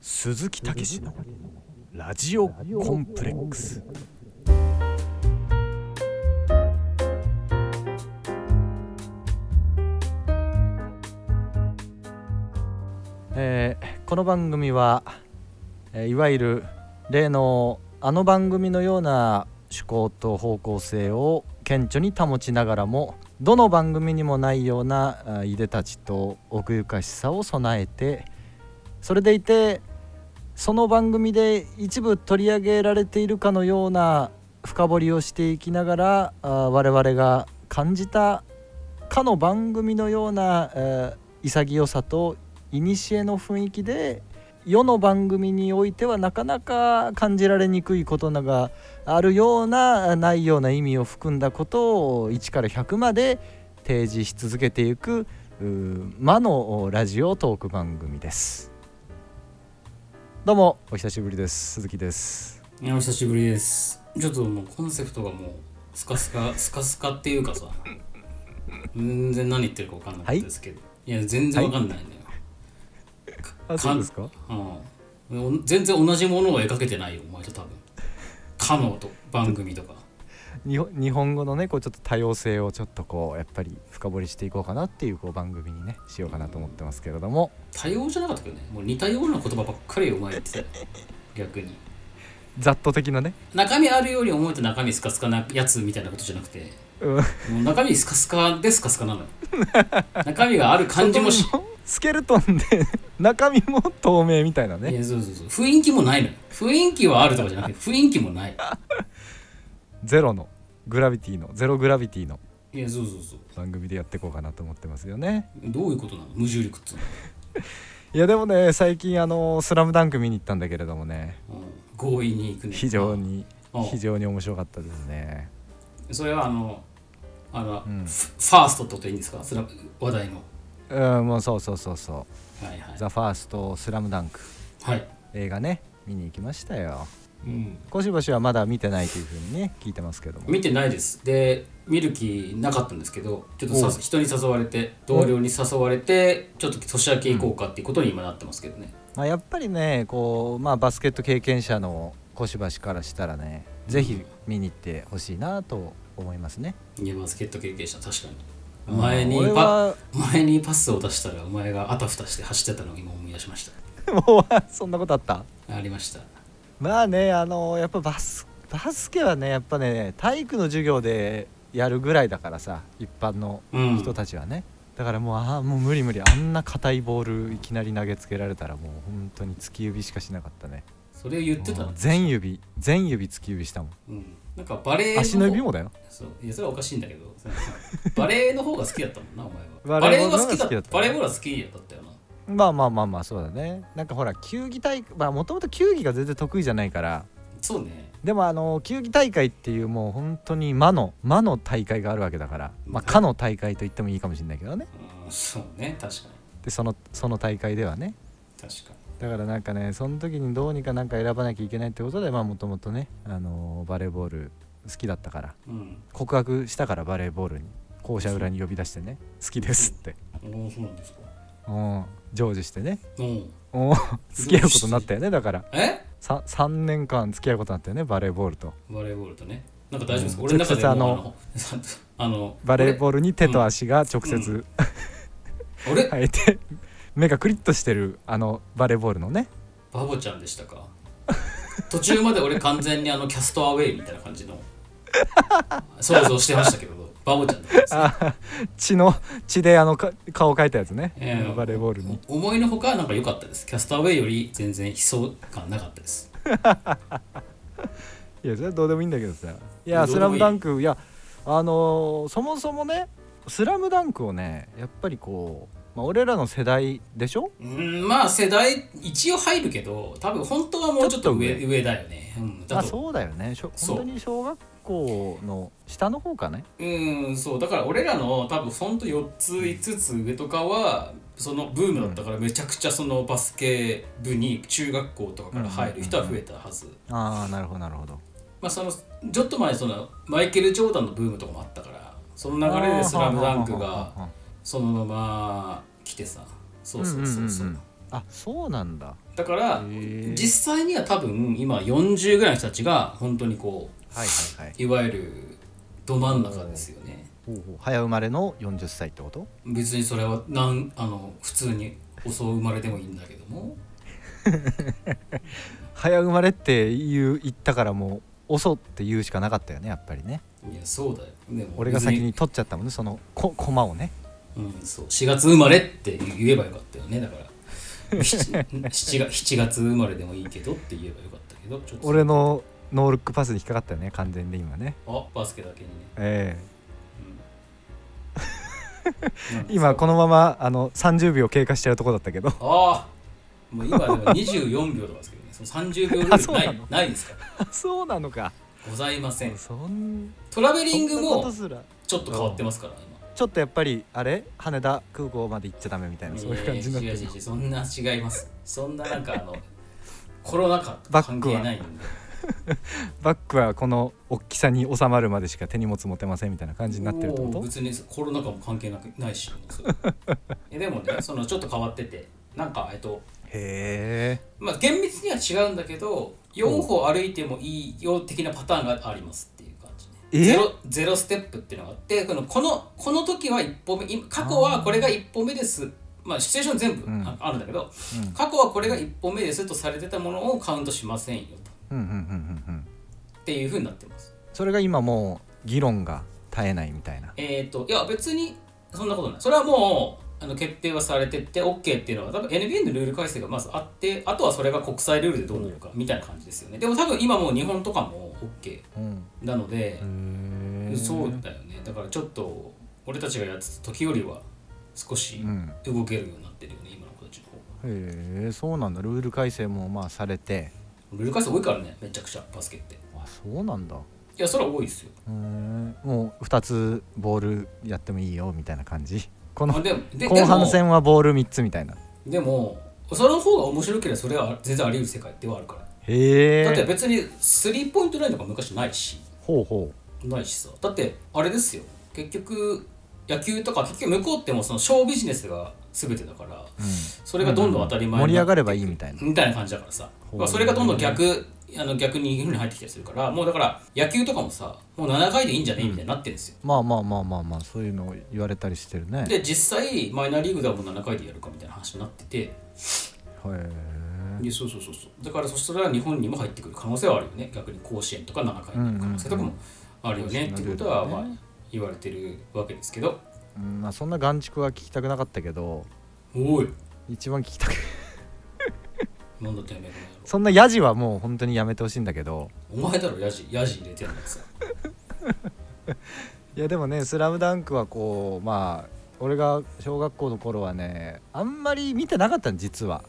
鈴木武史のラジオコンプレックスえーこの番組は、えーいわゆる例のあの番組のような趣向と方向性を顕著に保ちながらもどの番組にもないようなあーいでたちと奥ゆかしさを備えてそれでいてその番組で一部取り上げられているかのような深掘りをしていきながらあー我々が感じたかの番組のような、えー潔さと古の雰囲気で世の番組においてはなかなか感じられにくいことながあるようなないような意味を含んだことを1から100まで提示し続けていくうー魔のラジオトーク番組です。どうもお久しぶりです鈴木です。いやお久しぶりですちょっともうコンセプトがもうスカスカスカスカっていうかさ全然何言ってるか分かんなかったですけど、い、や全然分かんないんだよ、あそうですか。うんお全然同じものを描けてないよお前と多分かのと番組とか日本日本語のねこうちょっと多様性をちょっとこうやっぱり深掘りしていこうかなっていうこう番組にねしようかなと思ってますけれども多様じゃなかったけどねもう似たような言葉ばっかりお前言ってたよ逆にざっと的なね。中身あるより思えて中身スカスカなやつみたいなことじゃなくてうんもう中身スカスカでスカスカなのよ中身がある感じもし スケルトンで中身も透明みたいないねやそうそうそう雰囲気もないのよ雰囲気はあるとかじゃなくて雰囲気もないゼロのグラビティのゼログラビティのいやそうそうそう番組でやっていこうかなと思ってますよねどういうことなの無重力っつういやでもね最近あの「スラムダンク見に行ったんだけれどもねの、うん、強引に行くね非常にうん非常に面白かったですねそれはあのあの、んフファーストってことでいいんですかそれは話題のうんもうそうそうそうそはい「うはザ・ファーストスラムダンクいはい、映画ね見に行きましたようん、小芝氏はまだ見てないというふうにね聞いてますけども見てないですで見る気なかったんですけどちょっとさおう人に誘われて同僚に誘われてちょっと年明け行こうかっていうことに今なってますけどね、まあ、やっぱりねこう、まあ、バスケット経験者の小芝氏からしたらねぜひ見に行ってほしいなと思いますね。いやバスケット経験者確かに前に俺パは前にパスを出したらお前があたふたして走ってたのを今思い出しまし もうあそんなことあったたありましたまあねあのやっぱバスバスケはねやっぱね体育の授業でやるぐらいだからさ一般のうん人たちはね、だからもうああもう無理無理あんな硬いボールいきなり投げつけられたらもう本当に突き指しかしなかったねそれを言ってたもうの全指全指突き指したもんうんなんかバレエ足の指もだよそういやそれはおかしいんだけど バレエの方が好きだったもんなお前はババレレエのエが方が好き好だっきだったたバレーボールは好きだったよなまあまあまあまあそうだねなんかほら球技大会まあもともと球技が全然得意じゃないからそうねでもあの球技大会っていうもう本当に魔の魔の大会があるわけだからまあうんかの大会と言ってもいいかもしれないけどねうんそうね確かにでそのその大会ではね確かにだからなんかねその時にどうにかなんか選ばなきゃいけないってことでまあもともとね、あのーバレーボール好きだったからうん告白したからバレーボールに校舎裏に呼び出してね好きですっておおそうなんですかうん成就してねうんうん付き合うことになったよねだからえさ 3, 年間付き合うことになったよねバレーボールとバレーボールとねなんか大丈夫ですか、うん俺の中でもうあ直のあのバレーボーールに手と足が直接ル俺、生えて 目がクリッとしてるあのバレーボールのねバボちゃんでしたか 途中まで俺完全にあのキャストアウェイみたいな感じの想像してましたけどバボちゃんだったんですねあ血の血であのか顔描いたやつね、ええバレーボールに思いのほかなんか良かったですキャストアウェイより全然悲壮感なかったですいやそれはどうでもいいんだけどさいや「どうスラでもいいムダンクいやあのーそもそもね「スラムダンクをねやっぱりこう、まあ、俺らの世代でしょうんまあ世代一応入るけど多分本当はもうちょっと上ちょっと上だよね、うん、まだあとそうだよねしょそう本当に小学校の下の方かねうんそうだから俺らの多分ほんと4つ5つ上とかはそのブームだったからめちゃくちゃそのバスケ部に中学校とかから入る人は増えたはず、ああなるほどなるほどまあ、そのちょっと前そのマイケル・ジョーダンのブームとかもあったからその流れあーで「スラムダンクはあはあはあがはあそのまま来てさそうそうそうそう,、んんんんあそうなんだだかへらえ実際には多分今40ぐらいの人たちが本当にこはいはいはいういわゆるど真ん中ですよねほうほう早生まれの40歳ってこと別にそれはなんあの普通に遅生まれでもいいんだけども早生まれって言う言ったからもう遅って言うしかなかったよねやっぱりねいやそうだよでも俺が先別に取っちゃったもんねそのこ駒をねうん、そう4月生まれって言えばよかったよねだから 7, 7, 月生まれでもいいけどって言えばよかったけどちょっと俺のノールックパスに引っかかったよね完全で今ねあバスケだけにね、ええうんなんか今このままあの30秒経過しちゃうとこだったけどああもう今だから24秒とかですけどねその30秒ルールそうなないのないですからそうなのかございません そんトラベリングそんなこともすらちょっと変わってますからちょっとやっぱりあれ羽田空港まで行っちゃダメみたい今なそういう感じになってやるいやいやそんな違いますそんななんかあのコロナ禍とバかッ関クは係ないんでバッグはこの大きさに収まるまでしか手荷物持てませんみたいな感じになってるってこおーと別にコロナ禍も関係なくな いしそれえでもねそのちょっと変わっててなんかえっとへえまあ厳密には違うんだけど4歩歩いてもいいよ的なパターンがありますっていう感じねえゼロゼロステップっていうのがあってこのこのこの時は1歩目今過去はこれが1歩目ですまあシチュエーション全部うんああるんだけど、うん過去はこれが1歩目ですとされてたものをカウントしませんよとうんうんうんうんうんっていうふうになってますそれが今もう議論が絶えないみたいなえっ、といや別にそんなことないそれはもうあの決定はされてて OK っていうのは多分 NBA のルール改正がまずあってあとはそれが国際ルールでどうなるかみたいな感じですよねでも多分今もう日本とかも OK うんなので、へえそうだよねだからちょっと俺たちがやってた時よりは少しうん動けるようになってるよね今の子たちの方がへえそうなんだルール改正もまあされてルール改正多いからねめちゃくちゃバスケっていあそうなんだやそれは多いですよへえもう2つボールやってもいいよみたいな感じこのあでもで後半戦はボール3つみたいなでもでもその方が面白ければそれは全然あり得る世界ではあるからへえだって別にスリーポイントラインとか昔ないしほうほないしさだってあれですよ結局野球とか結局向こうってもうそのショービジネスが全てだからう、うん、それがどんどん当たり前盛にりな上ってがればいいみたいなみたいな感じだからさほうまあそれがどんどん逆あの逆に日本に入ってきたりするからもうだから野球とかもさもう7回でいいんじゃねみたいになってるんですよ、まあまあまあまあまあそういうのを言われたりしてるねへで実際マイナーリーグではもう7回でやるかみたいな話になっててえいやそうそうそうそうだからそしたら日本にも入ってくる可能性はあるよね逆に甲子園とか7回になる可能性とかもあるよねっていうことはまあ言われてるわけですけどうんまあそんな眼畜は聞きたくなかったけどおい一番聞きたくなんだてめえこの野郎そんなヤジはもう本当にやめてほしいんだけどお前だろヤジヤジ入れてるんださいやでもね「スラムダンクはこうまあ俺が小学校の頃はねあんまり見てなかったの実は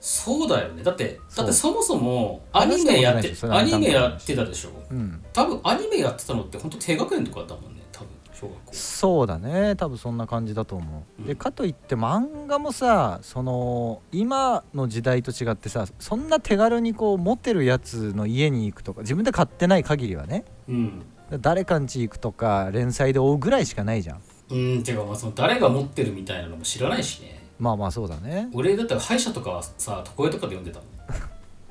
そうだよねだってそうだってそもそもアニメやっ話てしたことアないでしょニメやってたでしょうん多分アニメやってたのって本当低学年とかだもんね多分小学校そうだね多分そんな感じだと思う、でかといって漫画もさその今の時代と違ってさそんな手軽にこう持てるやつの家に行くとか自分で買ってない限りはねうん誰かんち行くとか連載で追うぐらいしかないじゃんうんてかまあその誰が持ってるみたいなのも知らないしねまあまあそうだね俺だったら歯医者とかさ床屋とかで読んでたもん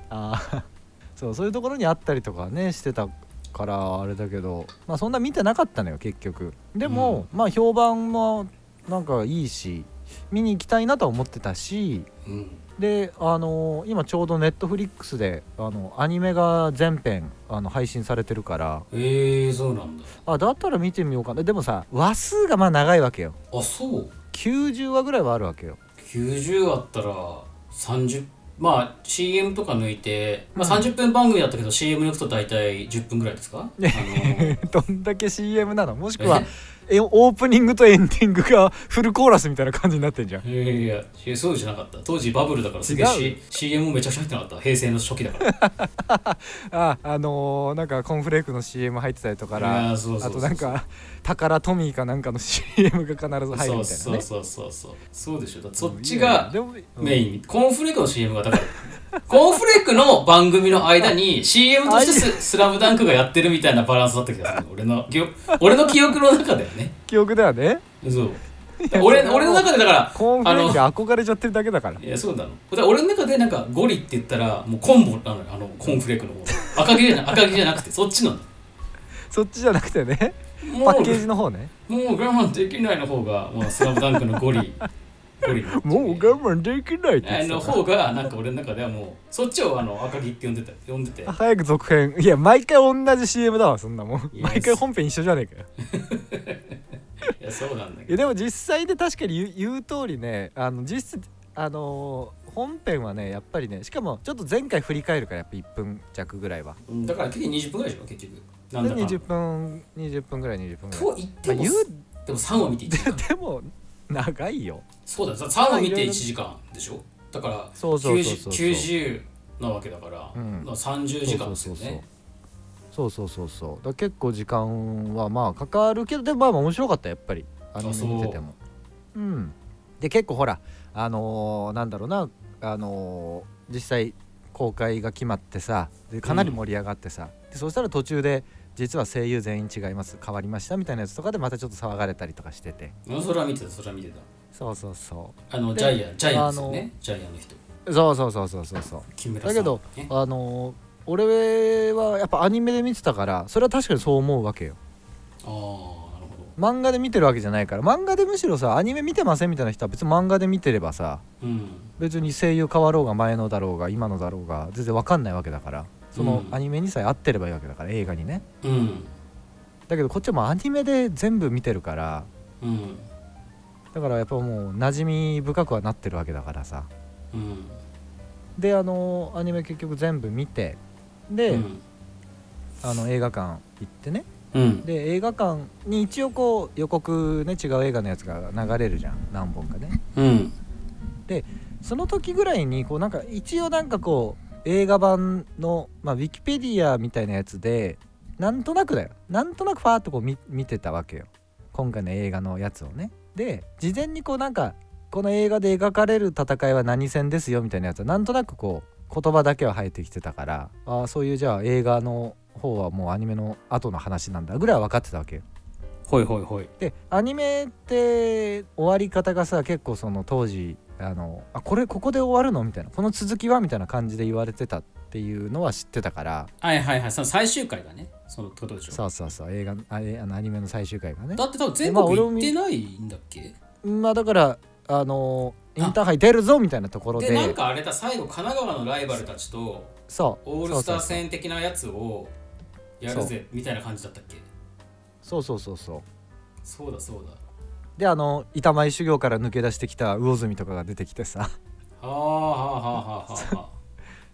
ああ そうそういうところにあったりとかねしてたからあれだけど、まあ、そんな見てなかったのよ結局でも、まあ評判もなんかいいし見に行きたいなとは思ってたしうんであの今ちょうどネットフリックスであのアニメが全編あの配信されてるからええー、そうなんだあだったら見てみようかなでもさ話数がまあ長いわけよあそう90話ぐらいはあるわけよ 90あったら30まあ CM とか抜いて、まあ、30分番組だったけど CM 抜くと大体10分ぐらいですか、あのどんだけ CM なのもしくはえオープニングとエンディングがフルコーラスみたいな感じになってんじゃんいやいやいやそうじゃなかった当時バブルだからすげえ、違 C、CM もめちゃくちゃ入ってなかった平成の初期だからああのーなんかコーンフレークの CM 入ってたりとかいらやそうそうそうそあとうなんか宝トミーかなんかの CM が必ず入るみたいなそうねそうそうそうそうそうでしょだってそっちうがんいやいやでもメイン、コーンフレークの CM がだからコーンフレークの番組の間に CM としてススラムダンクがやってるみ たいなバランスだった気がする俺の記憶俺の記憶の中だよね記憶ではねそう俺俺の中でだからコーンフレーク憧れちゃってるだけだからいやそうなのだから俺の中でなんかゴリって言ったらもうコンボなのよあのコーンフレークの方赤毛じゃ な赤毛じゃなくてそっちなのそっちじゃなくてねもパッケージの方ねうもう我慢できないの方が「まあ、スラムダンクのゴリゴリのもう我慢できないって言あってたのか方がなんか俺の中ではもうそっちをあの赤木って呼んでた呼んでてら早く続編いや毎回同じ CM だわそんなもんいや毎回本編一緒じゃねえかよいやそうなんだいけやどでも実際で確かに言う言う通りねあの実質あのー本編はねやっぱりねしかもちょっと前回振り返るからやっぱ1分弱ぐらいはうんだから結局20分ぐらいでしょ結局なんでだかんだ20分20分ぐらい20分ぐらいと言ってまあも、言でも3を見て1時間う でも長いよそうだ3を見まあいろいてろ1時間でしょだからそうそうそうそう90なわけだから、うんまあ30時間ですよねそうそうそうそうだから結構時間はまあかかるけどでもまあまあ面白かったやっぱりアニメ見ててもうんで結構ほらあのーなんだろうなあのー実際公開が決まってさでかなり盛り上がってさ、でそしたら途中で実は声優全員違います変わりましたみたいなやつとかでまたちょっと騒がれたりとかしててうんそれは見てたそれは見てたそうそうそあのでジャイアンジャイアンですよねジャイアンの人うそうそうそうそうそうそう木村ださん、けどね、あのー俺はやっぱアニメで見てたからそれは確かにそう思うわけよああなるほ漫画で見てるわけじゃないから漫画でむしろさアニメ見てませんみたいな人は別に漫画で見てればさどうん別に声優変わろうが前のだろうが今のだろうが全然わかんないわけだからそのうんアニメにさえ合ってればいいわけだから映画にねうんだけどこっちはもうアニメで全部見てるからうんだからやっぱもう馴染み深くはなってるわけだからさうんであのアニメ結局全部見てで、うんあの映画館行ってねうんで映画館に一応こう予告ね違う映画のやつが流れるじゃん何本かねうんその時ぐらいにこうなんか一応なんかこう映画版の、まあ、ウィキペディアみたいなやつでなんとなくだよなんとなくファーっとこう見見てたわけよ今回の映画のやつをねで事前にこうなんかこの映画で描かれる戦いは何戦ですよみたいなやつはなんとなくこう言葉だけは入ってきてたからああそういうじゃあ映画の方はもうアニメの後の話なんだぐらいは分かってたわけよほいほいほいでアニメって終わり方がさ結構その当時あのあこれここで終わるのみたいなこの続きはみたいな感じで言われてたっていうのは知ってたからはいはいはいその最終回がねそのってことでしょそうそうそう映画あえあのアニメの最終回がねだって多分全まあ国俺も行っ見てないんだっけまあだからあのあインターハイ出るぞみたいなところででなんかあれだ最後神奈川のライバルたちとそうオールスターそう戦的なやつをやるそぜみたいな感じだったっけそうそうそうそうそうだそうだであの板前修行から抜け出してきた魚住とかが出てきてさ はあはあはあはあはあ、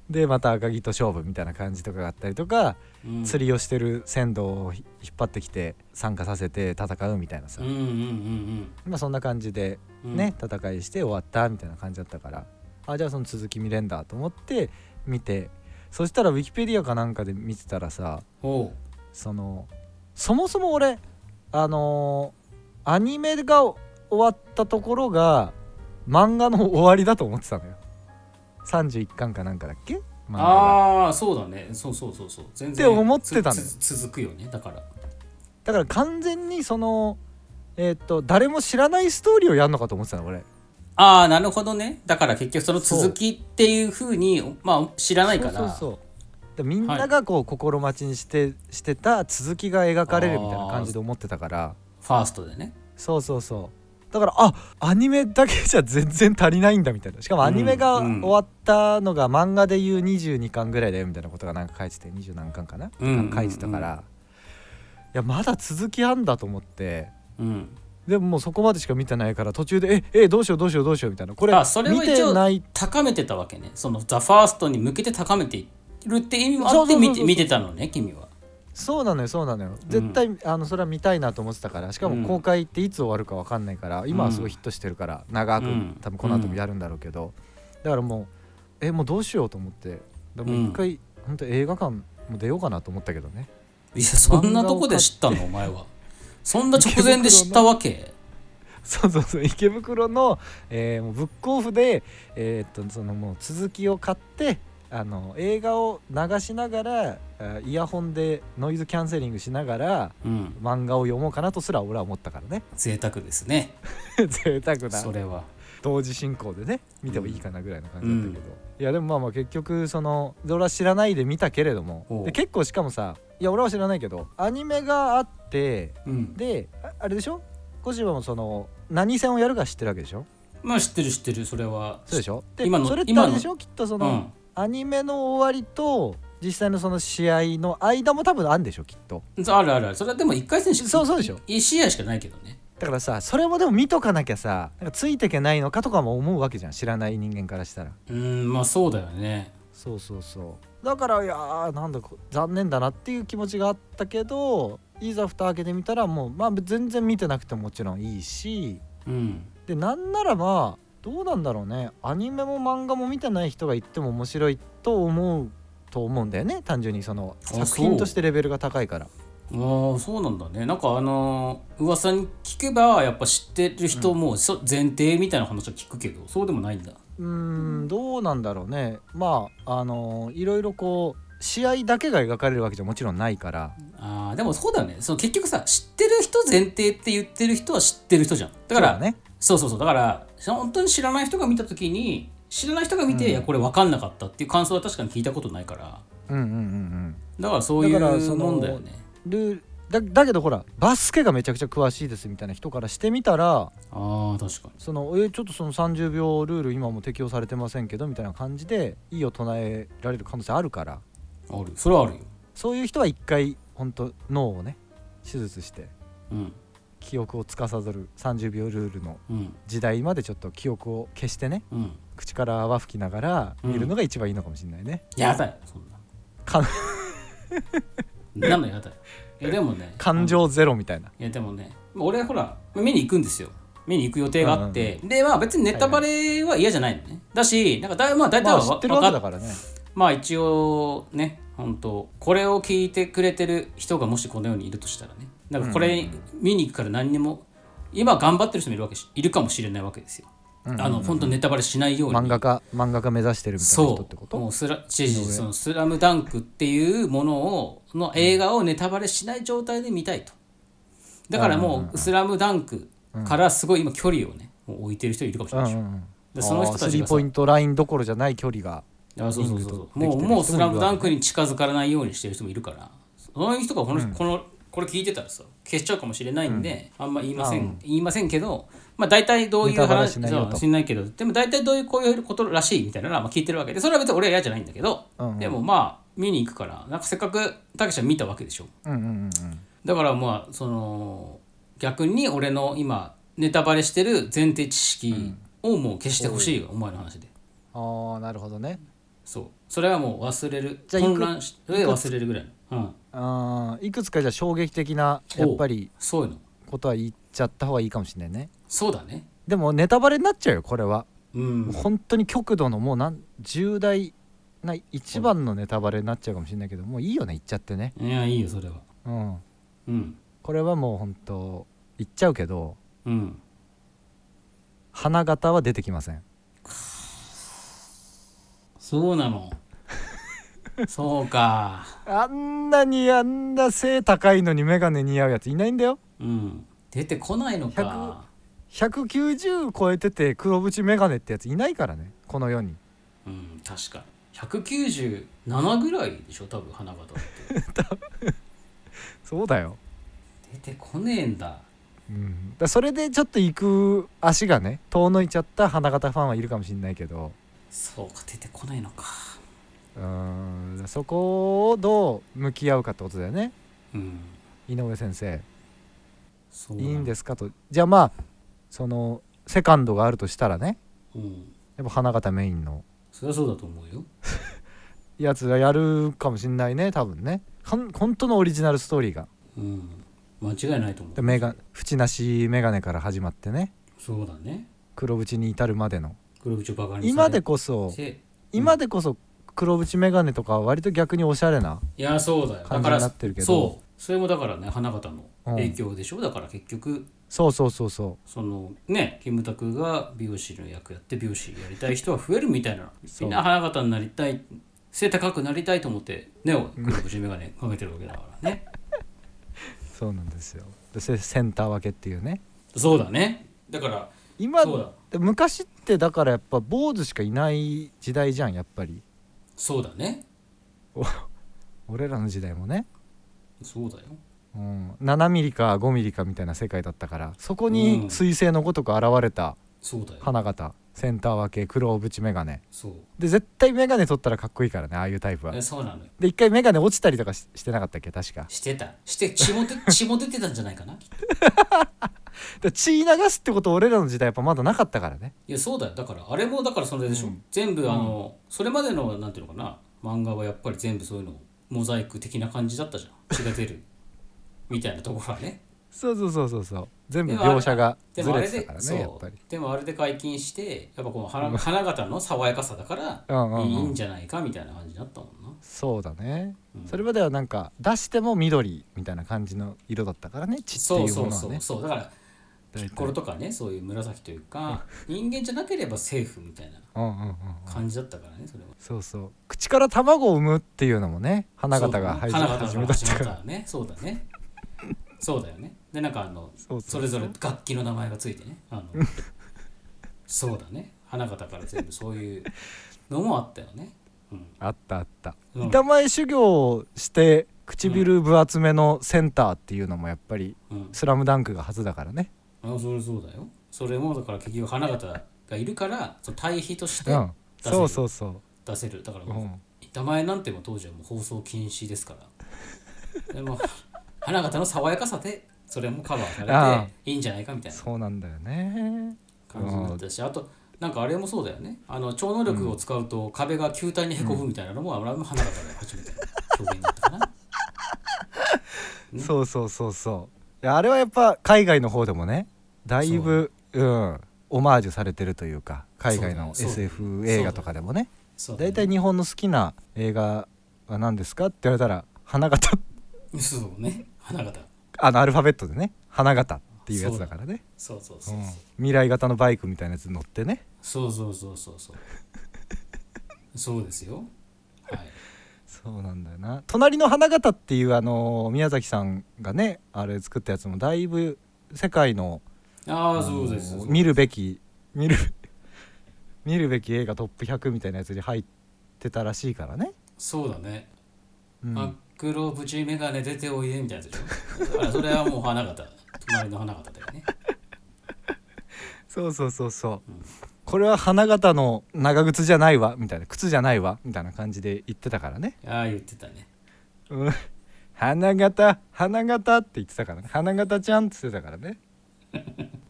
でまた赤城と勝負みたいな感じとかがあったりとか、うん、釣りをしてる船頭を引っ張ってきて参加させて戦うみたいなさ、うんうんうんまあそんな感じでうんうんね、戦いして終わったみたいな感じだったからあじゃあその続き見れんだと思って見てそしたらウィキペディアかなんかで見てたらさおうそのそもそも俺あのーアニメが終わったところが漫画の終わりだと思ってたのよ31巻かなんかだっけ漫画がああそうだねそうそうそうそう全然って思ってたのつつ続くよねだからだから完全にそのえーっと誰も知らないストーリーをやるのかと思ってたの俺ああなるほどねだから結局その続きっていうふうにまあ知らないからそうそうそうでみんながこう心待ちにしてしてた続きが描かれるみたいな感じで思ってたからファーストでねそうそうそうだからあアニメだけじゃ全然足りないんだみたいなしかもアニメがうんうん終わったのが漫画でいう22巻ぐらいだよみたいなことがなんか書いてて20何巻かな、うんうんうん書いてたからいやまだ続きあんだと思ってうんでももうそこまでしか見てないから途中で「ええどうしようどうしようどうしよう」みたいなこれあそれは見一応てない高めてたわけねそのザ・ファーストに向けて高めているって意味もあそうっそうてそうそう見て見てたのね君はそうなのよそうなのよ絶対、あのそれは見たいなと思ってたからしかうんも公開っていつ終わるかわかんないから、今はすごいヒットしてるから長く、うん多分この後もやるんだろうけど、だからもうえもうどうしようと思ってでもうん一回、ほんと映画館も出ようかなと思ったけど ねいやそんなとこで知ったのお前はそんな直前で知ったわ けそうそうそう池袋の、えーもうブックオフで、えーっとそのもう続きを買ってあの映画を流しながらあイヤホンでノイズキャンセリングしながらうん漫画を読もうかなとすら俺は思ったからね贅沢ですね 贅沢なそれは同時進行でね見てもいいかなぐらいの感じだったけど、いやでもまあまあ結局その俺は知らないで見たけれどおもうで結構しかもさいや俺は知らないけどアニメがあってうんでああれでしょ小島もその何戦をやるか知ってるわけでしょまあ知ってる知ってるそれはそうでしょで今のそれって今あのれでしょきっとそうの、んアニメの終わりと実際のその試合の間も多分あんでしょきっとあるあるあるそれはでも1回戦しかそうそうでしょ1試合しかないけどねだからさそれもでも見とかなきゃさなんかついてけないのかとかも思うわけじゃん知らない人間からしたらうんまあそうだよねそうそうそうだからいやーなんだこ残念だなっていう気持ちがあったけどいざ蓋開けてみたらもうまあ全然見てなくてももちろんいいしうんでなんならまあどうなんだろうねアニメも漫画も見てない人が言っても面白いと思うと思うんだよね単純にそのそう作品としてレベルが高いからああそうなんだねなんかあのー噂に聞けばやっぱ知ってる人もそ前提みたいな話は聞くけどそうでもないんだうーんどうなんだろうねまああのいろいろこう試合だけが描かれるわけじゃもちろんないからあーでもそうだよねその結局さ知ってる人前提って言ってる人は知ってる人じゃんだからそうねそうそうそうだから本当に知らない人が見た時に知らない人が見て、うんいやこれ分かんなかったっていう感想は確かに聞いたことないからうんうんうんうんだからそういだからそうのもんだよねルールだだけどほらバスケがめちゃくちゃ詳しいですみたいな人からしてみたらあー確かにそのえちょっとその30秒ルール今も適用されてませんけどみたいな感じで異を唱えられる可能性あるからあるそれはあるよそういう人は一回ほんと脳をね手術してうん記憶を司る30秒ルールのうん時代までちょっと記憶を消してねうん口から泡吹きながら見るのが一番いいのかもしれないね、やだよそんなかなのやだよいやで もね感情ゼロみたいないやでもね俺ほら見に行くんですよ見に行く予定があって、でまあ別にネタバレは嫌じゃないのね、だしなんかだいまあ大体まはあわ知ってるわわけかっだからねまあ一応ね本当これを聞いてくれてる人がもしこの世にいるとしたらねだからこれ見に行くから何にも今頑張ってる人もいるわけしいるかもしれないわけですよ、あの本当ネタバレしないように漫画家漫画家目指してるみたいな人そってこうもとうスラ違う違うそのスラムダンクっていうものをの映画をネタバレしない状態で見たいとだからもう「スラムダンクからすごい今距離をねもう置いてる人いるかもしれうんなういんでしょうんでその人あーたスちリがーさポイントラインどころじゃない距離があそうそうそうそうリンもグとできてる人もいるわけねうもう「スラムダンクに近づかないようにしてる人もいるからその人がこの,、このこれ聞いてたらさ消しちゃうかもしれないんで、あんま言いません、言いませんけどまあ大体どういうネタバレ話しないよとそうしないけどでも大体どういうこういうことらしいみたいなのはまあ聞いてるわけでそれは別に俺は嫌じゃないんだけど、うんうんでもまあ見に行くからなんかせっかくたけしは見たわけでしょうんうんうんだからまあその逆に俺の今ネタバレしてる前提知識をもう消してほしいよ、お前の話で。うんああなるほどねそうそれはもう忘れるじゃあいく混乱して忘れるぐらいの、うん、あーいくつかじゃあ衝撃的なやっぱりそういうのことは言っちゃった方がいいかもしれないねそうだねでもネタバレになっちゃうよこれは、うん本当に極度のもうなん重大な一番のネタバレになっちゃうかもしれないけどもういいよね言っちゃってねいやいいよそれはうんうんこれはもう本当言っちゃうけどうん花形は出てきませんそう なのそうかあんなにあんな背高いのに眼鏡似合うやついないんだようん出てこないのか190超えてて黒縁眼鏡ってやついないからねこの世にうん確かに197ぐらいでしょ多分花形ってそうだよ、出てこねえんだうん、だそれでちょっと行く足がね遠のいちゃった花形ファンはいるかもしれないけどそうか出てこないのかうーんそこをどう向き合うかってことだよねうん井上先生そう、いいんですすかとじゃあまあそのセカンドがあるとしたらねうん、やっぱ花形メインのそりゃそうだと思うよやつがやるかもしんないね多分ねほん本当のオリジナルストーリーがうん間違いないと思でうメガ縁なしメガネから始まってねそうだね黒縁に至るまでの黒口バカにされ今でこそて今でこそ黒縁メガネとかは割と逆におしゃれないやそうだよだ感かじにらなってるけどそうそれもだからね花形の影響でしょ、だから結局そうそうそうそそのねキムタクが美容師の役やって美容師やりたい人は増えるみたいなそうみんな花形になりたい背高くなりたいと思ってねを虫眼鏡かけてるわけだからねそうなんですよでセセンター分けっていうねそうだねだから今そうだで昔ってだからやっぱ坊主しかいない時代じゃんやっぱりそうだね俺らの時代もね、そうだようん、7ミリか5ミリかみたいな世界だったからそこうんに彗星のごとく現れたそうだよ花形、センター分け黒縁メガネそうで絶対メガネ取ったらかっこいいからねああいうタイプはえそうなのよで一回メガネ落ちたりとかししてなかったっけ確かしてたして血も出血も出てたんじゃないかないで血流すってこと俺らの時代やっぱまだなかったからねやそうだよだからあれもだからそれでしょ、全部あの、それまでのなんていうのかな漫画はやっぱり全部そういうのモザイク的な感じだったじゃん血が出る みたいなところはねそうそうそうそうそう全部描写がでずもあれれてでたからそねやっうぱりでもあれで解禁してやっぱこの花花形の爽やかさだからうんうんうんいいんじゃないかみたいな感じになったもんな、そうだね、うんそれまではなんか出しても緑みたいな感じの色だったからね血ってそういうもそうのはそうねそうだからピ大体ッコロとかねそういう紫というか人間じゃなければセーフみたいなうんうんうんうん感じだったからねそれはそうそう口から卵を産むっていうのもね花形がそう始だめね始花め形だがったか始めたらからねそうだねそうだよねでなんかあのそうそれぞれ楽器の名前がついてね あのそうだね花形から全部そういうのもあったよね、うんあったあった、うん板前修行をして唇分厚めのセンターっていうのもやっぱりうん、「スラムダンクが初だからねあそれそうだよそれもだから結局花形がいるからその対比としてうん出せるそうそうそ出せるだからう、うん、板前なんてもう当時はもう放送禁止ですからでも花形の爽やかさでそれもカバーさあれていいんじゃないかみたいなそうなんだよね感じになったしあとなんかあれもそうだよねあの超能力を使うと壁が球体にへこむみたいなのも、あれも花形で初めての表現だったかなねそうそうそうそういやあれはやっぱ海外の方でもねだいぶうんオマージュされてるというか海外のそうだねそう SF 映画とかでもねそうだ大ね体日本の好きな映画は何ですかって言われたら花形 そうね花形あのアルファベットでね花形っていうやつだからね、そうそうう、そうそうん未来型のバイクみたいなやつ乗ってねそうそうそうそうそうそうですよはいそうなんだよな「隣の花形」っていうあの宮崎さんがねあれ作ったやつもだいぶ世界のあああのそうですそうです見るべき見る 見るべき映画トップ100みたいなやつに入ってたらしいからね、そうだねうん真っ黒ブチメガネ出ておいでみたいなやつでしょだからそれはもう花形隣の花形だよねそうそうそうそう、うんこれは花形の長靴じゃないわみたいな靴じゃないわみたいな感じで言ってたからね、ああ言ってたねうん、花形花形って言ってたからね花形ちゃんって言ってたからね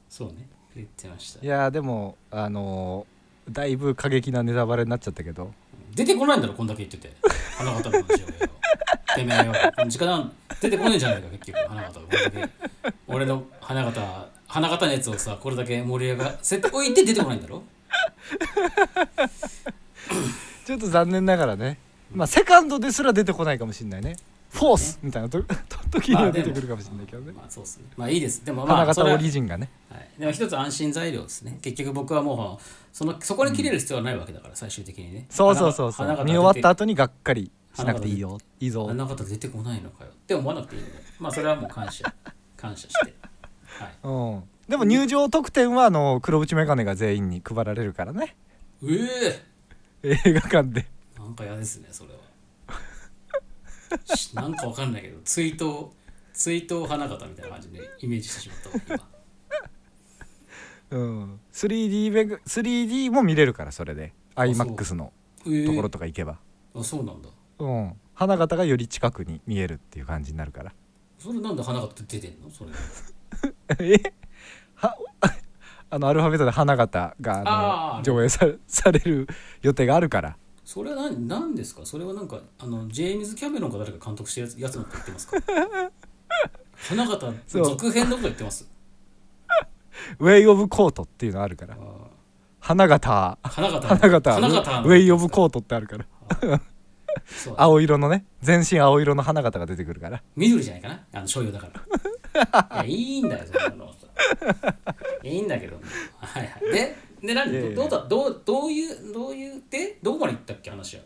そうね言ってましたいやーでもあのーだいぶ過激なネタバレになっちゃったけど出てこないんだろこんだけ言ってて花形の話をよてめえよ時間出てこないんじゃないか結局花形がこれだけ俺の花形花形のやつをさこれだけ盛り上がせておいて出てこないんだろちょっと残念ながらねまあセカンドですら出てこないかもしれないねフォースみたいなと時には出てくるかもしれないけどねまあそうっすねまあいいですでもま花あそ形れオはリジンがねはい、でも一つ安心材料ですね結局僕はもうそのそこに切れる必要はないわけだから、最終的にねそうそうそうそう花形見終わった後にがっかりしなくていいよいいあぞんな方出てこないのかよって思わなくていいのでまあそれはもう感謝感謝してはいうんでも入場特典はあの黒縁メガネが全員に配られるからねうえ 映画館でなんか嫌ですねそれは しなんかわかんないけど追悼追悼花形みたいな感じでイメージしてしまったわ今うん 3D, メガ 3D も見れるからそれで IMAX のうえ ところとか行けばあそうなんだうん花形がより近くに見えるっていう感じになるからそれなんで花形出てんのそれえはあのアルファベットで花形があのあー上映さされる予定があるからそれは何何ですかそれはなんかあのジェイミズ・キャメロンか誰か監督してるやつやつのこと言ってますか花形そう続編のこと言ってますウェイ・オブ・コートっていうのあるからあー花形花形花形花形ウェイ・オブ・ーコートってあるからそうだ青色のね全身青色の花形が出てくるから緑じゃないかなあの所有だから いやいいんだよそんなのいいんだけどはいはいでで何いやいやどうだどうどういうどういうでどこまで行ったっけ話は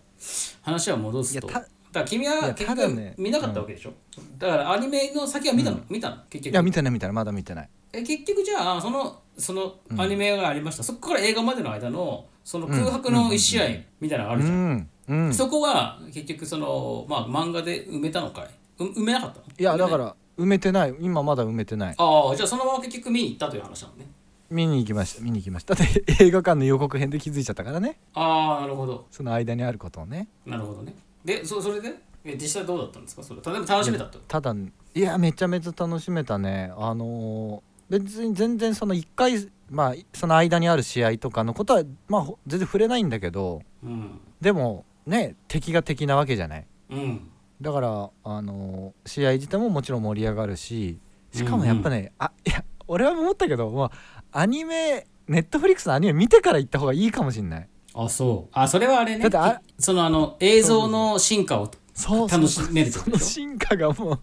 話は戻いすやとただから君いはや結ただね局見なかったわけでしょ、だからアニメの先は見たの、見たの結い局や見てない見てないまだ見てないえ結局じゃあそのそのアニメがありました、そこから映画までの間のその空白の1試合みたいなのがあうるじゃん、んうんそこは結局その、まあ、漫画で埋めたのかいう埋めなかったのいやだからら埋めてない今まだ埋めてないああじゃあそのまま結局見に行ったという話なのね見に行きました見に行きましただって映画館の予告編で気づいちゃったからねああなるほどその間にあることをねなるほどねでそそれでえ実際どうだったんですかそれ例えば楽しめたとただいやめちゃめちゃ楽しめたねあのー別に全然その1回まあその間にある試合とかのことはまあほ全然触れないんだけどうんでもね敵が敵なわけじゃないうんだからあのー試合自体ももちろん盛り上がるししかもやっぱね、あいや俺は思ったけどもうアニメネットフリックスのアニメ見てから行った方がいいかもしんないあそうあそれはあれだねってあそのあの映像の進化をそうそう楽しめるってそことのでしょ進化がもう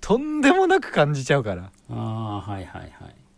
とんでもなく感じちゃうからああはいはいはい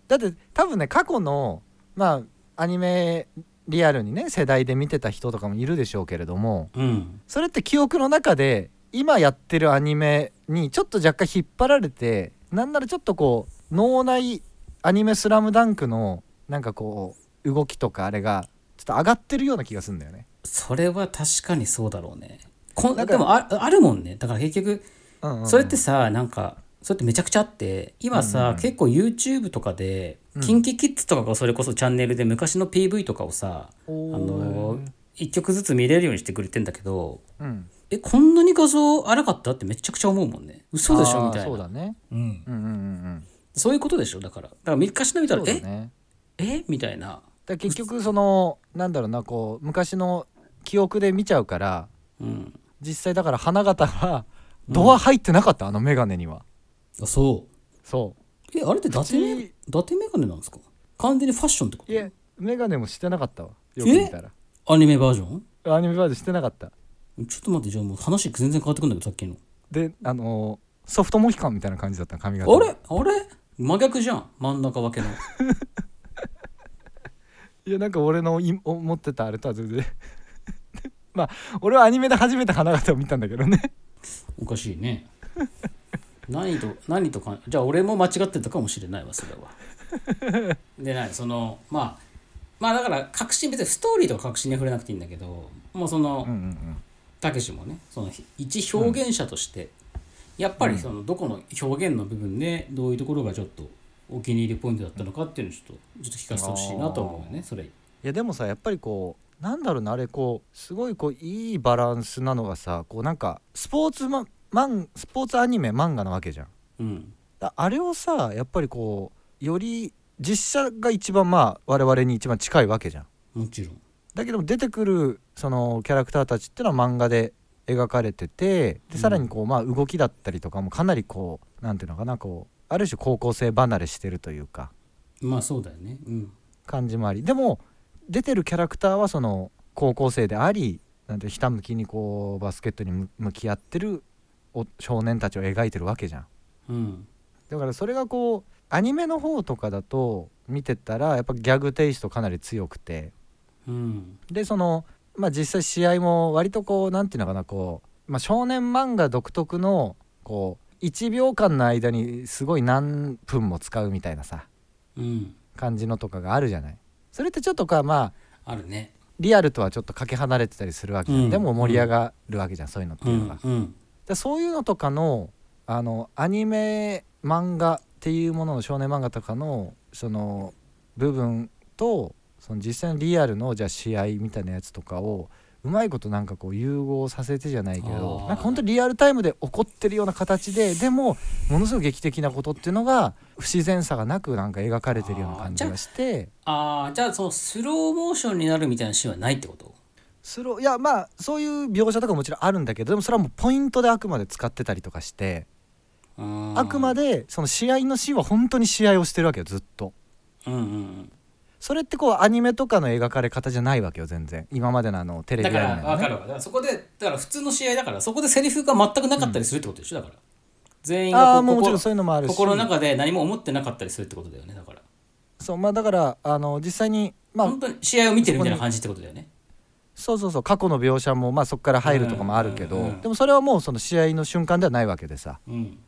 だって多分ね過去のまあアニメリアルにね世代で見てた人とかもいるでしょうけれどもうんそれって記憶の中で今やってるアニメにちょっと若干引っ張られてなんならちょっとこう脳内アニメ「スラムダンクのなんかこう動きとかあれがちょっと上がってるような気がするんだよね。それは確かにそうだろうねこんなでんかもああるもんねだから結局うんうんうんそれってさなんかそれってめちゃくちゃあって今さ、うんうん結構 YouTube とかで、うん KinKiKids とかがそれこそチャンネルで昔の PV とかをさ、おーあの1曲ずつ見れるようにしてくれてんだけどうんえこんなに画像荒かったってめちゃくちゃ思うもんね嘘でしょあーみたいなそうだね。うん、うんうんうんうん。そういうことでしょだからだから昔の見たそら、うだえね。えみたいな、だから結局そのなんだろうなこう昔の記憶で見ちゃうからうん、実際だから花形はドア入ってなかった、あの眼鏡にはあそうそうえあれって伊達メ伊達メガネなんですか完全にファッションってこいえ眼鏡もしてなかったわえよく見たらとアニメバージョンアニメバージョンしてなかったちょっと待ってじゃあもう話全然変わってくんだけどさっきのであのーソフトモヒカンみたいな感じだったの髪型あれあれ真逆じゃん真ん中分けのいやなんか俺のい思ってたあれとは全然 まあ俺はアニメで初めて花形を見たんだけどねおかしいね 何と何とかじゃあ俺も間違ってたかもしれないわそれはでないそのまあまあだから確信別にストーリーとか確信には触れなくていいんだけどもうその、うんうんたけしもねその一表現者として、やっぱりそのどこの表現の部分でどういうところがちょっとお気に入りポイントだったのかっていうのをちょっとちょっと聞かせてほしいなと思うよねそれいやでもさやっぱりこうなんだろうなあれこうすごいこういいバランスなのがさこうなんかスポーツマンマンスポーツアニメ漫画なわけじゃんうんだあれをさやっぱりこうより実写が一番まあ我々に一番近いわけじゃんもちろんだけども出てくるそのキャラクターたちってのは漫画で描かれててうんでさらにこうまあ動きだったりとかもかなりこうなんていうのかなこうある種高校生離れしてるというかまあそうだよねうん感じもありでも出てるキャラクターはその高校生でありなんてひたむきにこうバスケットに向向き合ってるお少年たちを描いてるわけじゃん。うんだからそれがこうアニメの方とかだと見てたらやっぱギャグテイストかなり強くてうんでその、まあ、実際試合も割とこうなんていうのかなこう、まあ、少年漫画独特のこう1秒間の間にすごい何分も使うみたいなさうん感じのとかがあるじゃない。それってちょっとかまああるねリアルとはちょっとかけ離れてたりするわけじゃん、うんでも盛り上がるわけじゃんそういうのってういうのが。んうんでそういうのとかのあのアニメ漫画っていうものの少年漫画とかのその部分とその実際のリアルのじゃあ試合みたいなやつとかをうまいことなんかこう融合させてじゃないけどあーなんか本当にリアルタイムで起こってるような形ででもものすごく劇的なことっていうのが不自然さがなくなんか描かれてるような感じがしてああじゃあそのスローモーションになるみたいなシーンはないってことスローいやまあそういう描写とかももちろんあるんだけどでもそれはもうポイントであくまで使ってたりとかして。ああくまででその試合のシーンは本当に試合をしてるわけよずっとうんうんそれってこうアニメとかの描かれ方じゃないわけよ全然今までのあのテうんレだビかアらニメの分かねるわだからそこでだから普通の試合だからそこでセリフが全くなかったりするってことでしょだから全員がこうああもうもちろ心んそういうのもあるし心の中で何も思ってなかったりするってことだよねだから、そうまあだからあの実際にまあ本当に試合を見てるみたいな感じってことだよねそうそうそう過去の描写もまあそこから入るとかもあるけうんうんどうんでもそれはもうその試合の瞬間ではないわけでさだかうん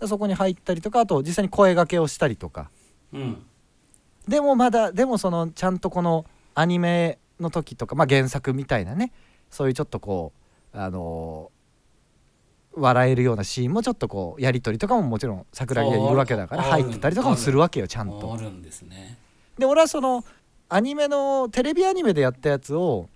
らそこに入ったりとかあと実際に声掛けをしたりとかうんでもまだでもそのちゃんとこのアニメの時とか、まあ、原作みたいなねそういうちょっとこうあのー笑えるようなシーンもちょっとこうやり取りとかももちろん桜木がいるわけだからああ入ってたりとかもするわけよちゃんあと。るんですねで俺はそのアニメのテレビアニメでやったやつを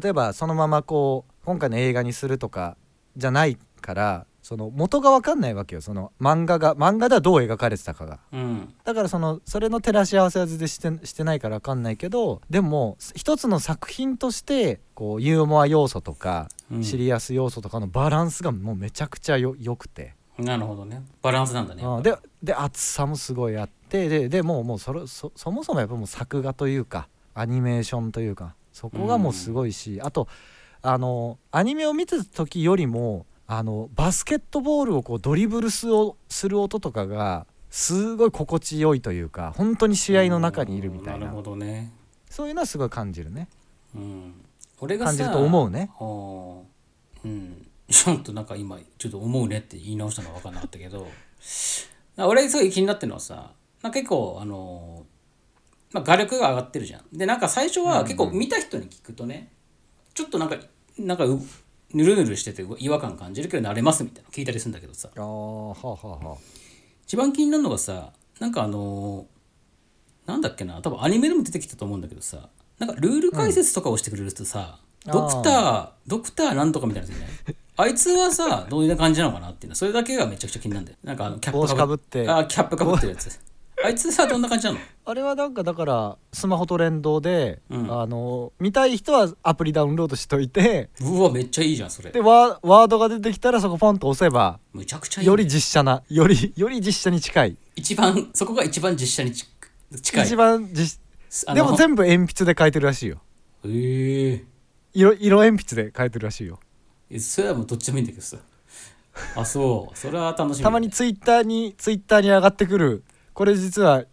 例えばそのままこう今回の映画にするとかじゃないからその元が分かんないわけよその漫画が漫画ではどう描かれてたかが。うんだからそのそれの照らし合わせは全然してしてないから分かんないけどでも一つの作品としてこうユーモア要素とかうんシリアス要素とかのバランスがもうめちゃくちゃよ良くて、なるほどねバランスなんだねうんでで厚さもすごいあってででもうもうそれそそもそもやっぱもう作画というかアニメーションというかそこがもうすごいし、あとあのアニメを見てた時よりもあのバスケットボールをこうドリブルすをする音とかがすごい心地よいというか本当に試合の中にいるみたいうんななるほどねそういうのはすごい感じるねうん俺がさ感じると思うね思ううん ちょっとなんか今ちょっと思うねって言い直したのは分かんなかったけどな俺すごい気になってるのはさなんか結構あのまあ、画力が上がってるじゃんでなんか最初は結構見た人に聞くとね、ちょっとなんかなんかうぬるぬるしてて違和感感じるけど慣れますみたいなの聞いたりするんだけどさああはあはあは一番気になるのがさなんかあのーなんだっけな多分アニメでも出てきたと思うんだけどさなんかルール解説とかをしてくれるとさ、うんドクタードクターなんとかみたいなやつじゃないあいつはさどういう感じなのかなっていうのそれだけがめちゃくちゃ気になるんだよなんかあのキャッ帽プ子かぶってあキャップかぶってるやつあいつさどんな感じなのあれはなんかだからスマホと連動で、うんあの見たい人はアプリダウンロードしといてうわめっちゃいいじゃんそれでワーワードが出てきたらそこポンと押せばめちゃくちゃいいより実写なよりより実写に近い一番そこが一番実写にち近い一番実あのでも全部鉛筆で描いてるらしいよへえ色色鉛筆で描いてるらしいよえそれはもうどっちでもいいんだけどさあそうそれは楽しみだね、たまにツイッターにツイッターに上がってくるこれ実は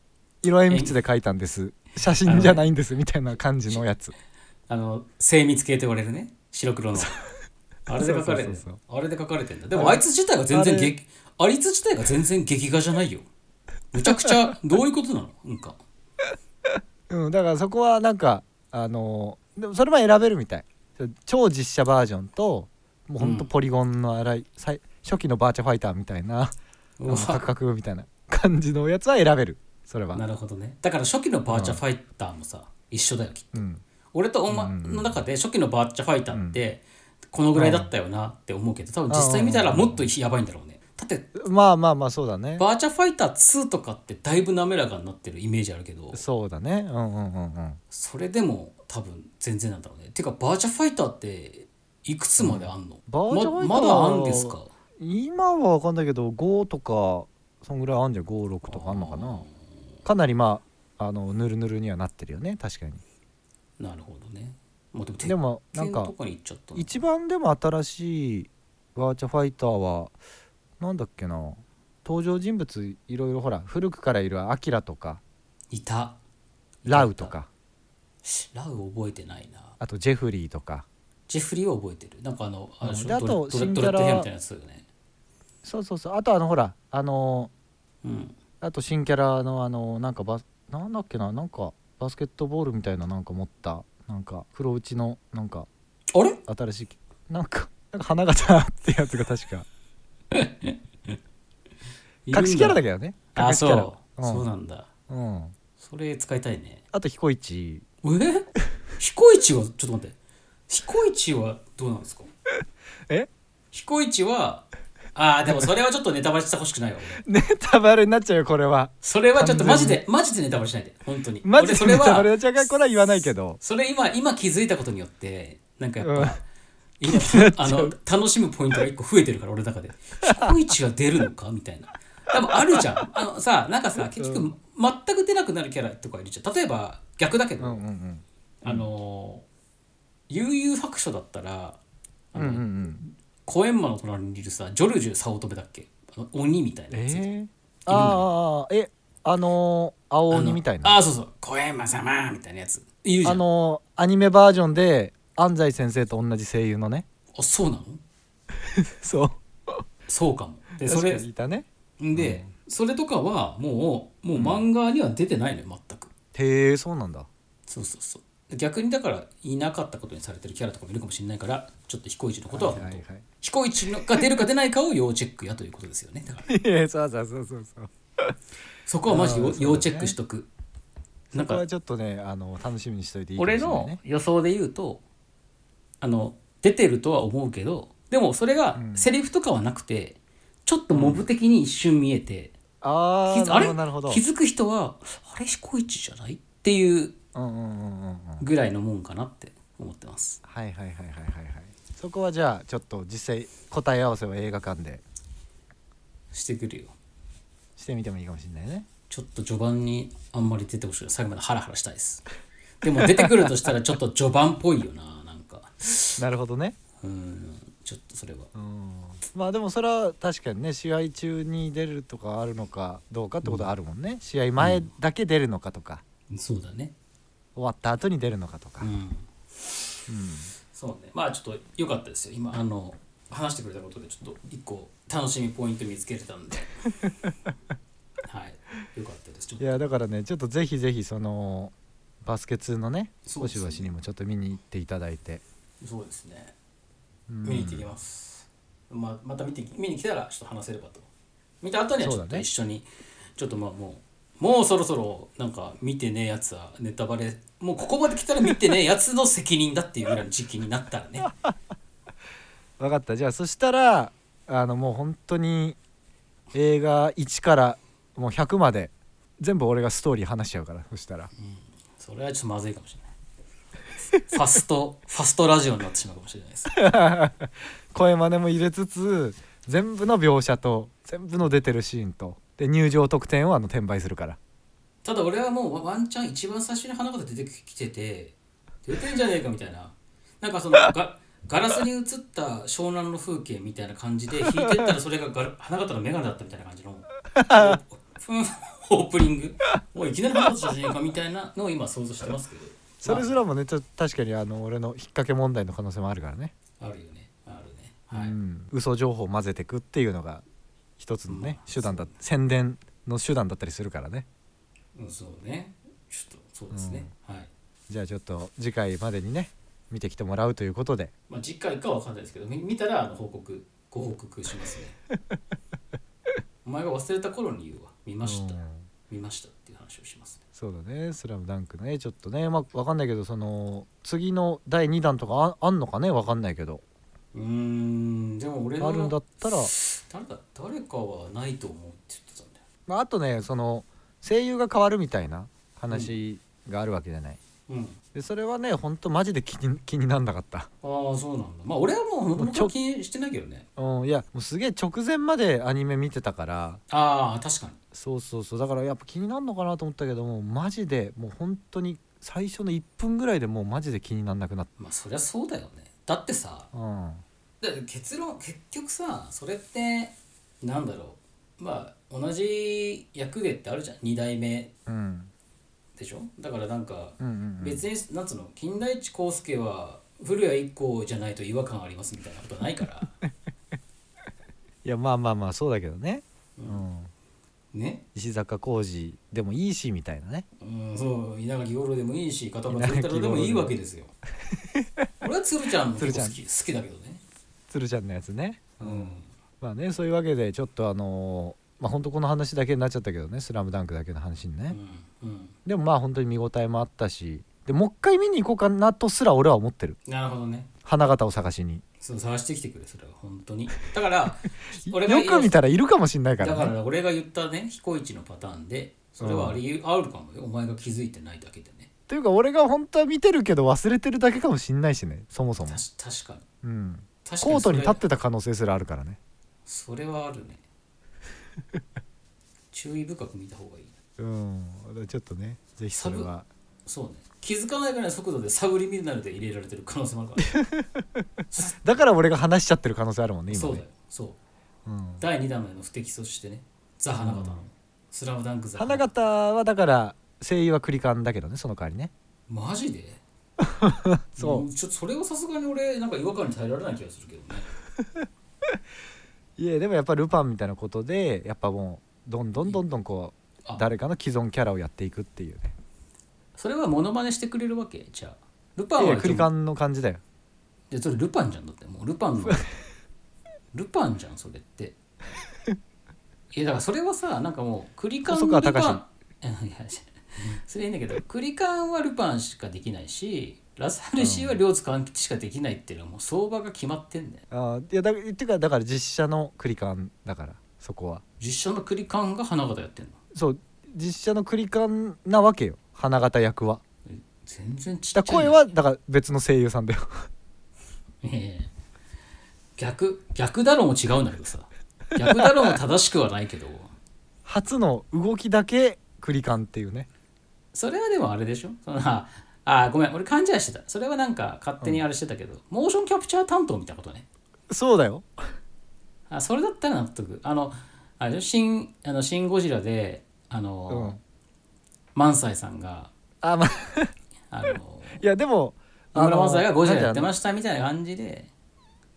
色鉛筆で描いたんです写真じゃないんですみたいな感じのやつあの精密系と言われるね白黒のあれで書かれてそうそるうそうあれで書かれてんだでもあいつ自体が全然あれ激あいつ自体が全然劇画じゃないよむちゃく ちゃどういうことなのなんかうん、だからそこはなんかあのーでもそれも選べるみたい超実写バージョンともうほんとうんポリゴンの荒い、最初期のバーチャファイターみたいなあうのわカクカクみたいな感じのやつは選べるそれはなるほどねだから初期のバーチャファイターもさ、一緒だよきっとうん俺とお前うんうんうんの中で初期のバーチャファイターってこのぐらいだったよなって思うけど多分実際見たらもっとやばいんだろうねだってまあまあまあそうだねバーチャファイター2とかってだいぶ滑らかになってるイメージあるけどそうだねうんうんうんうんそれでも多分全然なんだろうねてかバーチャファイターっていくつまであんの、バーチャファイターままだあんですか今は分かんないけど5とかそんぐらいあんじゃん56とかあんのかなかなりまああのぬるぬるにはなってるよね確かになるほどねもうでもでもななんんかかとかに行っちゃったな一番でも新しいバーチャファイターはなんだっけな登場人物いろいろほら古くからいるアキラとかいたラウとかラウ覚えてないなあとジェフリーとかジェフリーは覚えてるなんかあのあれでしょうんであとドレドレ新キドャレラッドヘアみたいなやつだよねそうそうそうあとあのほらあのうんーあと新キャラのあのーなんかバスなんだっけななんかバスケットボールみたいななんか持ったなんか黒打ちのなんかあれ新しいなんかなんか花形ってやつが確か隠しキャラだけけどねあ隠しキャラそう、そうなんだうん、うん、それ使いたいねあと彦一え彦一はちょっと待って彦一はどうなんですか え彦一はああでもそれはちょっとネタバレしてほしくないわ ネ俺タバレになっちゃうよこれはそれはちょっとマジでマジでネタバレしないで本当にマジで俺ネそタバれレはの違いこれは言わないけどそれ今今気づいたことによってなんかやっぱ、うん 今あの楽しむポイントが一個増えてるから俺の中で彦一は出るのかみたいな多分あるじゃんあのさなんかさ結局、全く出なくなるキャラとかいるじゃん例えば逆だけうど、んうんうんあの悠々白書だったらあうんうんの、うんコエンマの隣にいるさジョルジュ早乙女だっけあの鬼みたいなえやつ、ー、ああああえあのー、青鬼みたいなああのあそうそう「小山様」みたいなやついるじゃのんーアニメバージョンで安西先生と同じ声優のねあそうなのそうそうかもでそ確れかにいたねで、それとかはもうもう漫画には出てないのよ全くへえそうなんだそうそうそう逆にだからいなかったことにされてるキャラとかもいるかもしれないからちょっと彦一のことは本当、はいはい彦一のが出るか出ないかを要チェックやということですよねだからいやそうそうそうそうそうそこはマジあ要,、ーそうだね要チェックしとくそなんこかはちょっとねあの楽しみにしといていいかもしれ俺ないのね予想で言うとあの出てるとは思うけどでもそれがうんセリフとかはなくて、ちょっとモブ的に一瞬見えて、あ気づーああれれなるほど気づく人はあれ彦一じゃないっていううんうんうんうんうんぐらいのもんかなって思ってますはいはいはいはいはいはいそこはじゃあちょっと実際答え合わせは映画館でしてくるよしてみてもいいかもしれないねちょっと序盤にあんまり出てほしくない最後までハラハラしたいですでも出てくるとしたらちょっと序盤っぽいよななんかなるほどねうんちょっとそれはうんまあでもそれは確かにね試合中に出るとかあるのかどうかってことはあるもんね、試合前だけ出るのかとか、そうだね終わった後に出るのかとか、ううんんそうねまあちょっと良かったですよ今あの話してくれたことでちょっと一個楽しみポイント見つけれたんではい良かったですちょっいとやだからねちょっとぜひぜひそのバスケ2のねそうおですしねばしにもちょっと見に行っていただいて、そうですねうん見に行ってきます、まあ、また見て見に来たらちょっと話せればと見た後にはちょそっうとだね一緒に、ちょっとまあもうもうそろそろなんか見てねえやつはネタバレもうここまで来たら見てねえやつの責任だっていうぐらいの時期になったらね分かったじゃあそしたらあのもう本当に映画1からもう100まで全部俺がストーリー話しちゃうからそしたらそれはちょっとまずいかもしれないファストファストラジオになってしまうかもしれないです声真似も入れつつ全部の描写と全部の出てるシーンとで入場特典をあの転売するからただ俺はもうワワンチャン一番最初に花形出てきてて出てんじゃねえかみたいななんかそのがガラスに映った湘南の風景みたいな感じで弾いてったらそれがガラ花形の眼鏡だったみたいな感じのふんオープニングおいいきなり花形じゃねえかみたいなのを今想像してますけどそれすらもねちょっと確かにあの俺の引っ掛け問題の可能性もあるからね、まああるよねあるねはい、うん、嘘情報を混ぜてくっていうのが一つのねまあ手段だ宣伝の手段だったりするからねうん、そうねちょっとそうですね、はいじゃあちょっと次回までにね見てきてもらうということでまあ次回かは分かんないですけどみ見たらあの報告ご報告 しますねお前が忘れた頃に言うわ見ました、うん見ましたっていう話をしますねそうだね「スラムダンクねちょっとねまあ分かんないけどその次の第2弾とかああんのかね分かんないけどうーんでも俺のあるんだったら誰だ誰かはないと思うって言ってたんだよまあ、あとねその声優が変わるみたいな話があるわけじゃない、うんでそれはねほんとマジで気に気になんなかった、ああそうなんだまあ俺はもう本ち当ょに気にしてないけどねうん、いやもうすげえ直前までアニメ見てたからああ確かにそうそうそうだからやっぱ気になるのかなと思ったけどもうマジでもう本当に最初の1分ぐらいでもうマジで気になんなくなっまあそりゃそうだよねだってさた、うん、だって結論結局さそれってなんだろうまあ同じ役でってあるじゃん2代目うんでしょだからなんかうんうんうん別になんつうの金田一耕助は古谷一行じゃないと違和感ありますみたいなことないから いやまあまあまあそうだけどね、ううんん、ね石坂浩二でもいいしみたいなねうんそう稲垣吾郎でもいいし片岡鶴太郎でもいいわけですよ 俺は鶴ちゃんも結構好き好きだけどね鶴ちゃんのやつねうんまあねそういうわけでちょっとあのーまあ本当この話だけになっちゃったけどね「スラムダンクだけの話にうね、んうんでもまあ本当に見応えもあったしでもう一回見に行こうかなとすら俺は思ってるなるほどね花形を探しにそう探してきてくれそれは本 当にだから俺がよく見たらいるかもしんないかだら,、ね、から俺が言ったね彦一のパターンでそれはありあるかもよお前が気づいてないだけでねというか俺が本当は見てるけど忘れてるだけかもしんないしねそもそもた、し確かにうん、確かコートにそれ立ってた可能性すらあるからねそれはあるね 注意深く見た方がいいうんちょっとねぜひそれはそうね気づかないぐらいの速度でサブリミナルで入れられてる可能性もあるからねだから俺が話しちゃってる可能性あるもんね今ねそうだよそううん、第2弾までの不適としてねザ・花形の、うんスラムダンクザ花形はだから声優はクリカンだけどねその代わりねマジで そううんちょっとそれはさすがに俺なんか違和感に耐えられない気がするけどねいやでもやっぱルパンみたいなことでやっぱもうどんどんどんどんこあう誰かの既存キャラをやっていくっていうねそれはモノマネしてくれるわけじゃあルパいンやはクリカンの感じだよいやそれルパンじゃんだってもうル パンのルパンじゃんそれっていやだからそれはさなんかもうクリカン細川ルパン隆い やいやそれいいんだけどクリカンはルパンしかできないしラサルシーは両津勘吉しかできないっていうのはもう相場が決まってんだよあーいやだっていうかだから実写のクリカンだからそこは実写のクリカンが花形やってんのそう実写のクリカンなわけよ花形役はえ全然ちっだちかゃいらな声はだから別の声優さんだよ ええ逆逆だろうも違うんだけどさ逆だろうも正しくはないけど初の動きだけクリカンっていうねそれはでもあれでしょそのああごめん俺勘違いしてたそれはなんか勝手にあれしてたけど、モーションキャプチャー担当みたいなことねそうだよあそれだったら納得あのあれでしょ新あの新ゴジラであの、萬斎さんがあまああのいやでも野村萬斎がゴジラやってすましたみたいな感じで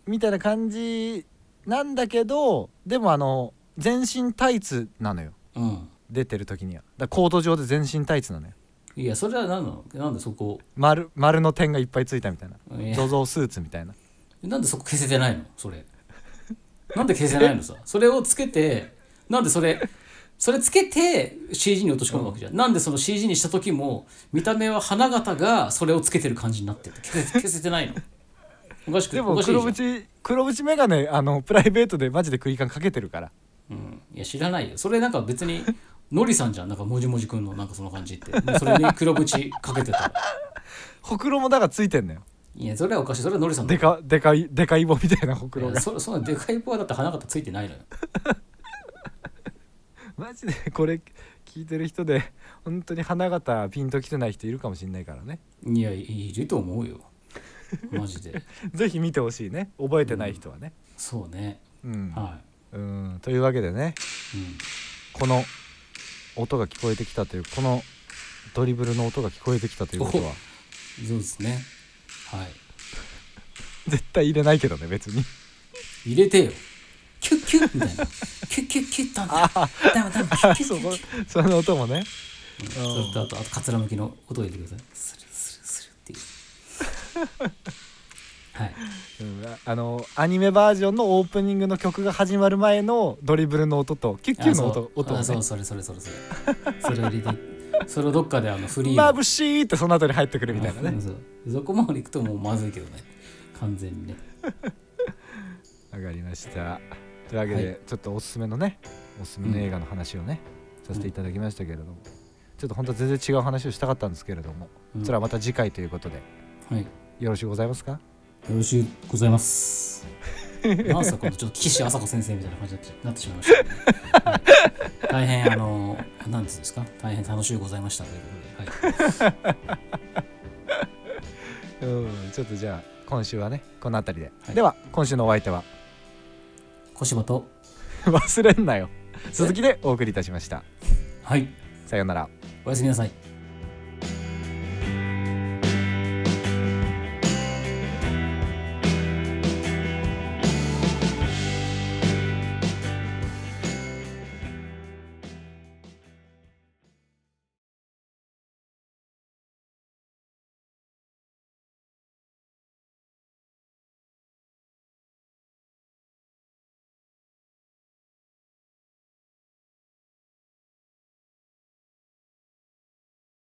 みたいな感じなんだけどでもあの全身タイツなのようん出てる時にはだからコート上で全身タイツなのよいやそれは何なのなんでそこ丸丸の点がいっぱいついたみたいないやゾゾスーツみ たいななんでそこ消せてないのそれなんで消せないのさそれをつけてなんでそれそれつけて CG に落とし込むわけじゃん、なんでその CG にした時も見た目は花形がそれをつけてる感じになってる消せ消せてないのおかしくでおもかしいじゃ黒ん縁黒縁眼鏡あのプライベートでマジでクリカンかけてるからうん、いや知らないよそれなんか別にのりさんじゃんなんかもじもじくんのなんかその感じってもうそれに黒縁かけてたらほくろもだからついてんのよいやそれはおかしいそれはのりさんだでかでかいでかい棒みたいなほくろいがやそそんなでかい棒はだって花形ついてないのよマジでこれ聞いてる人で本当に花形ピンときてない人いるかもしれないからねいやいると思うよマジでぜひ見てほしいね覚えてない人はねそうねうんはうんというわけでねい、うん、この音が聞こえてきたというこのドリブルの音が聞こえてきたということはそうですねはい絶対入れないけどね別に 入れてよキュッキュッみたいなキュッキュッキュッとんだダメダメキュッキュそッキュこッキュッその音もねそれとあとあとカツラ向きの音を入れてくださいスルスルスルっていうはいうんああのアニメバージョンのオープニングの曲が始まる前のドリブルの音とキュッキュあッそのう音音をあそねうそれそれそれそれそれを入れてそれをどっかであのフリーまぶしいってその後に入ってくるみたいなねあそうそこまで行くともうまずいけどね完全にね わかりましたというわけで、はいちょっとおすすめのねおすすめの映画の話をね、させていただきましたけれども、ちょっと本当は全然違う話をしたかったんですけれども、うんそれはまた次回ということではいよよろしゅうございますかろしゅうございますなんすかこのちょっと岸朝子先生みたいな感じになってなってしまいましたけどね、はい大変あのなんていうんですか大変楽しゅうございましたということで、はい、うんちょっとじゃあ今週はねこの辺りで、はいでは今週のお相手は 小柴と忘れんなよ鈴木でお送りいたしましたはいさようならおやすみなさい